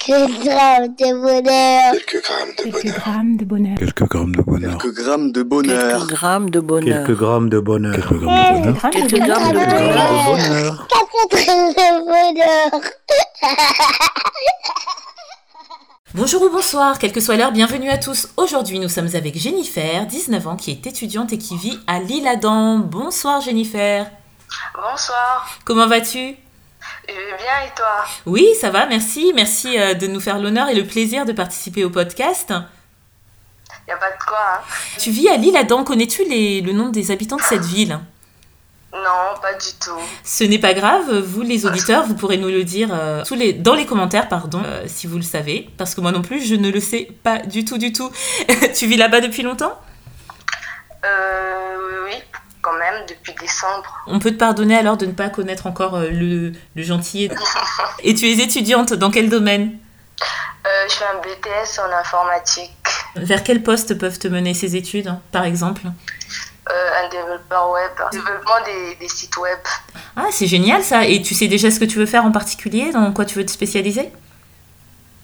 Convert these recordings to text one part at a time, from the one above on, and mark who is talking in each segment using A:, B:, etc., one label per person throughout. A: Quelques grammes de bonheur.
B: Quelques grammes de
C: Quelques
B: bonheur.
C: grammes de bonheur.
D: Quelques grammes de bonheur.
E: Quelques grammes de
F: Quelques
E: bonheur.
F: grammes de bonheur.
G: Quelques grammes de bonheur.
D: Quelques grammes de bonheur.
C: Quelques
F: Quelques grammes
C: grammes de
F: de
C: bonheur.
G: bonheur.
A: Quatre grammes de bonheur.
H: Bonjour ou bonsoir, quelle que soit l'heure, bienvenue à tous. Aujourd'hui, nous sommes avec Jennifer, 19 ans, qui est étudiante et qui vit à Lille-Adam. Bonsoir Jennifer,
I: Bonsoir,
H: comment vas-tu
I: je vais bien et toi
H: Oui, ça va, merci. Merci euh, de nous faire l'honneur et le plaisir de participer au podcast.
I: Y a pas de quoi, hein
H: Tu vis à Lille-Adam, connais-tu les- le nom des habitants de cette ville
I: Non, pas du tout.
H: Ce n'est pas grave, vous les auditeurs, vous pourrez nous le dire euh, sous les, dans les commentaires, pardon, euh, si vous le savez, parce que moi non plus, je ne le sais pas du tout, du tout. tu vis là-bas depuis longtemps
I: Euh, oui, oui, quand même, depuis décembre.
H: On peut te pardonner alors de ne pas connaître encore euh, le, le gentil. Et tu es étudiante dans quel domaine
I: Euh, je fais un BTS en informatique,
H: Vers quel poste peuvent te mener ces études, hein, par exemple
I: euh, un développeur web, développement des, des sites web.
H: Ah, c'est génial ça Et tu sais déjà ce que tu veux faire en particulier Dans quoi tu veux te spécialiser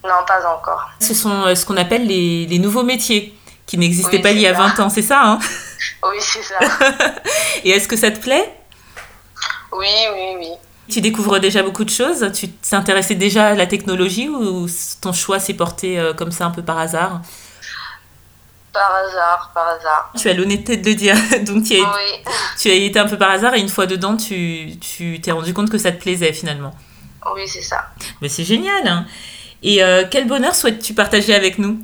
I: Non, pas encore.
H: Ce sont euh, ce qu'on appelle les, les nouveaux métiers, qui n'existaient
I: Oui,
H: pas il y a
I: c'est ça.
H: 20 ans, c'est ça hein
I: Oui, c'est ça.
H: Et est-ce que ça te plaît
I: Oui, oui, oui.
H: Tu découvres déjà beaucoup de choses Tu t'intéressais déjà à la technologie ou ton choix s'est porté euh, comme ça un peu par hasard
I: Par hasard, par hasard.
H: Tu as l'honnêteté de le dire, donc tu as,
I: Oui,
H: Tu as été un peu par hasard et une fois dedans, tu tu t'es rendu compte que ça te plaisait finalement.
I: oui, c'est ça.
H: Mais c'est génial. hein. et euh, quel bonheur souhaites-tu partager avec nous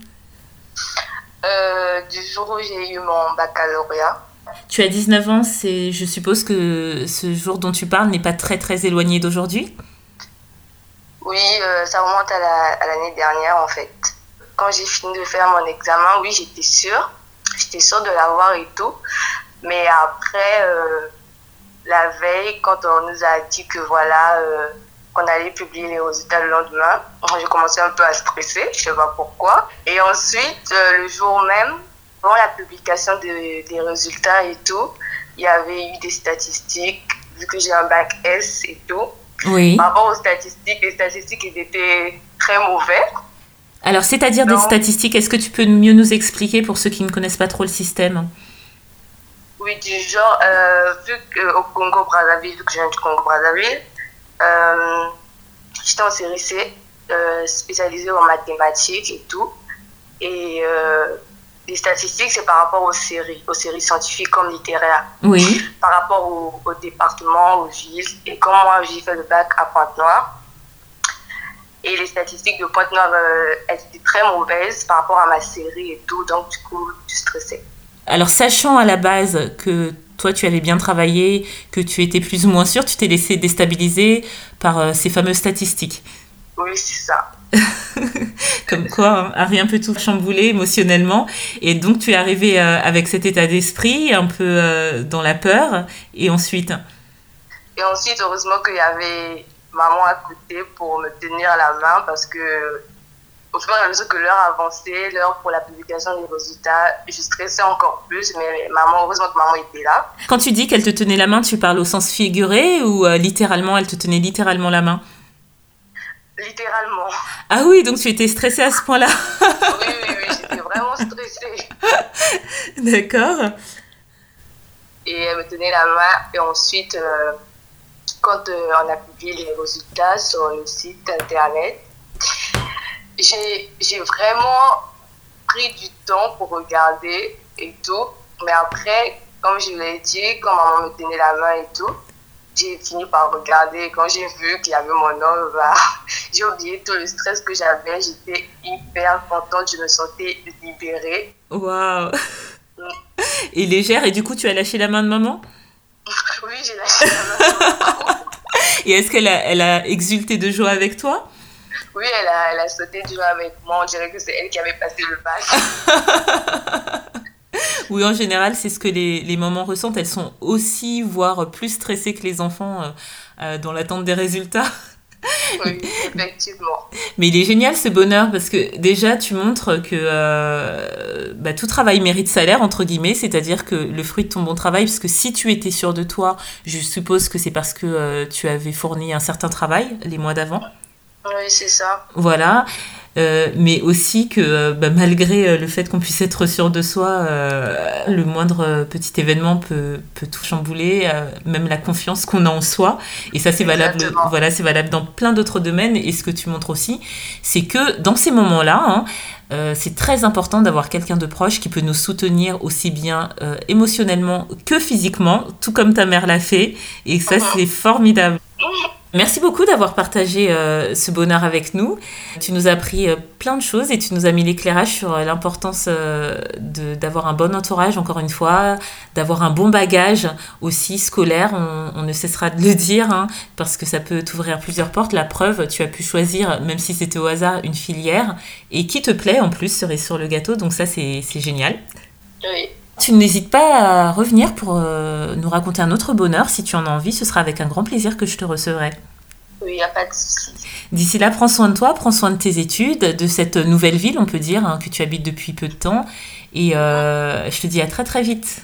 I: Euh, du jour où j'ai eu mon baccalauréat,
H: Tu as 19 ans, c'est je suppose que ce jour dont tu parles n'est pas très très éloigné d'aujourd'hui.
I: oui, euh, ça remonte à la- à l'année dernière en fait. Quand j'ai fini de faire mon examen, oui, j'étais sûre. J'étais sûre de l'avoir et tout. Mais après, euh, la veille, quand on nous a dit que voilà, euh, qu'on allait publier les résultats le lendemain, j'ai commencé un peu à stresser, je sais pas pourquoi. Et ensuite, euh, le jour même, avant la publication de- des résultats et tout, il y avait eu des statistiques, vu que j'ai un bac S et tout.
H: Oui.
I: Par rapport aux statistiques, les statistiques elles étaient très mauvais.
H: Alors, c'est-à-dire des
I: Non.
H: statistiques, est-ce que tu peux mieux nous expliquer pour ceux qui ne connaissent pas trop le système
I: Oui, du genre, euh, vu qu'au Congo-Brazzaville, vu que je viens du Congo-Brazzaville, euh, j'étais en série C, euh, spécialisée en mathématiques et tout. Et euh, les statistiques, c'est par rapport aux séries, aux séries scientifiques comme littéraires,
H: Oui.
I: par rapport au, au département, aux villes. Et comme moi, j'ai fait le bac à Pointe-Noire, et les statistiques de Pointe-Noire, euh, elles étaient très mauvaises par rapport à ma série et tout. Donc, du coup, je stressais.
H: Alors, sachant à la base que toi, tu avais bien travaillé, que tu étais plus ou moins sûr, tu t'es laissé déstabiliser par euh, ces fameuses statistiques.
I: Oui, c'est ça.
H: Comme quoi, hein, rien peut tout chambouler émotionnellement. Et donc, tu es arrivé euh, avec cet état d'esprit, un peu euh, dans la peur. Et ensuite,
I: Et ensuite, heureusement qu'il y avait maman à côté pour me tenir la main parce que au fur et à mesure que l'heure avançait, l'heure pour la publication des résultats, je stressais encore plus, mais maman, heureusement que maman était là.
H: quand tu dis qu'elle te tenait la main, tu parles au sens figuré ou euh, littéralement, elle te tenait littéralement la main
I: Littéralement.
H: Ah oui, donc tu étais stressée à ce point-là.
I: Oui, oui, oui, j'étais vraiment stressée.
H: D'accord.
I: Et elle me tenait la main. Et ensuite, euh, quand euh, on a publié les résultats sur le site internet, j'ai j'ai vraiment pris du temps pour regarder et tout. Mais après, comme je l'ai dit, quand maman me tenait la main et tout, j'ai fini par regarder. Quand j'ai vu qu'il y avait mon nom, bah, j'ai oublié tout le stress que j'avais. J'étais hyper contente. Je me sentais libérée.
H: Waouh. Et légère. Et du coup, tu as lâché la main de maman.
I: Oui, j'ai lâché la main.
H: Et est-ce qu'elle a, elle a exulté de joie avec toi
I: Oui, elle a, elle a sauté du jeu avec moi. On dirait que c'est elle qui avait passé le bac.
H: Oui, en général, c'est ce que les, les mamans ressentent. Elles sont aussi, voire plus stressées que les enfants euh, euh, dans l'attente des résultats.
I: Oui, effectivement.
H: Mais il est génial ce bonheur parce que déjà, tu montres que euh, bah, tout travail mérite salaire, entre guillemets, c'est-à-dire que le fruit de ton bon travail, parce que si tu étais sûr de toi, je suppose que c'est parce que euh, tu avais fourni un certain travail les mois d'avant.
I: Oui, c'est ça.
H: Voilà. Euh, mais aussi que euh, bah, malgré euh, le fait qu'on puisse être sûr de soi, euh, le moindre petit événement peut, peut tout chambouler, euh, même la confiance qu'on a en soi. Et ça, c'est valable,
I: Exactement.
H: voilà, c'est valable dans plein d'autres domaines. Et ce que tu montres aussi, c'est que dans ces moments-là, hein, euh, c'est très important d'avoir quelqu'un de proche qui peut nous soutenir aussi bien euh, émotionnellement que physiquement, tout comme ta mère l'a fait. Et ça,
I: Mhm.
H: c'est formidable. Merci beaucoup d'avoir partagé euh, ce bonheur avec nous. Tu nous as appris euh, plein de choses et tu nous as mis l'éclairage sur euh, l'importance euh, de- d'avoir un bon entourage, encore une fois, d'avoir un bon bagage aussi scolaire. On, on ne cessera de le dire hein, parce que ça peut t'ouvrir plusieurs portes. La preuve, tu as pu choisir, même si c'était au hasard, une filière et qui te plaît en plus serait sur le gâteau. Donc ça, c'est c'est génial.
I: Oui.
H: Tu n'hésites pas à revenir pour euh, nous raconter un autre bonheur. Si tu en as envie, ce sera avec un grand plaisir que je te recevrai.
I: Oui, il n'y a pas de souci.
H: D'ici là, prends soin de toi, prends soin de tes études, de cette nouvelle ville, on peut dire, hein, que tu habites depuis peu de temps. Et euh, je te dis à très très vite.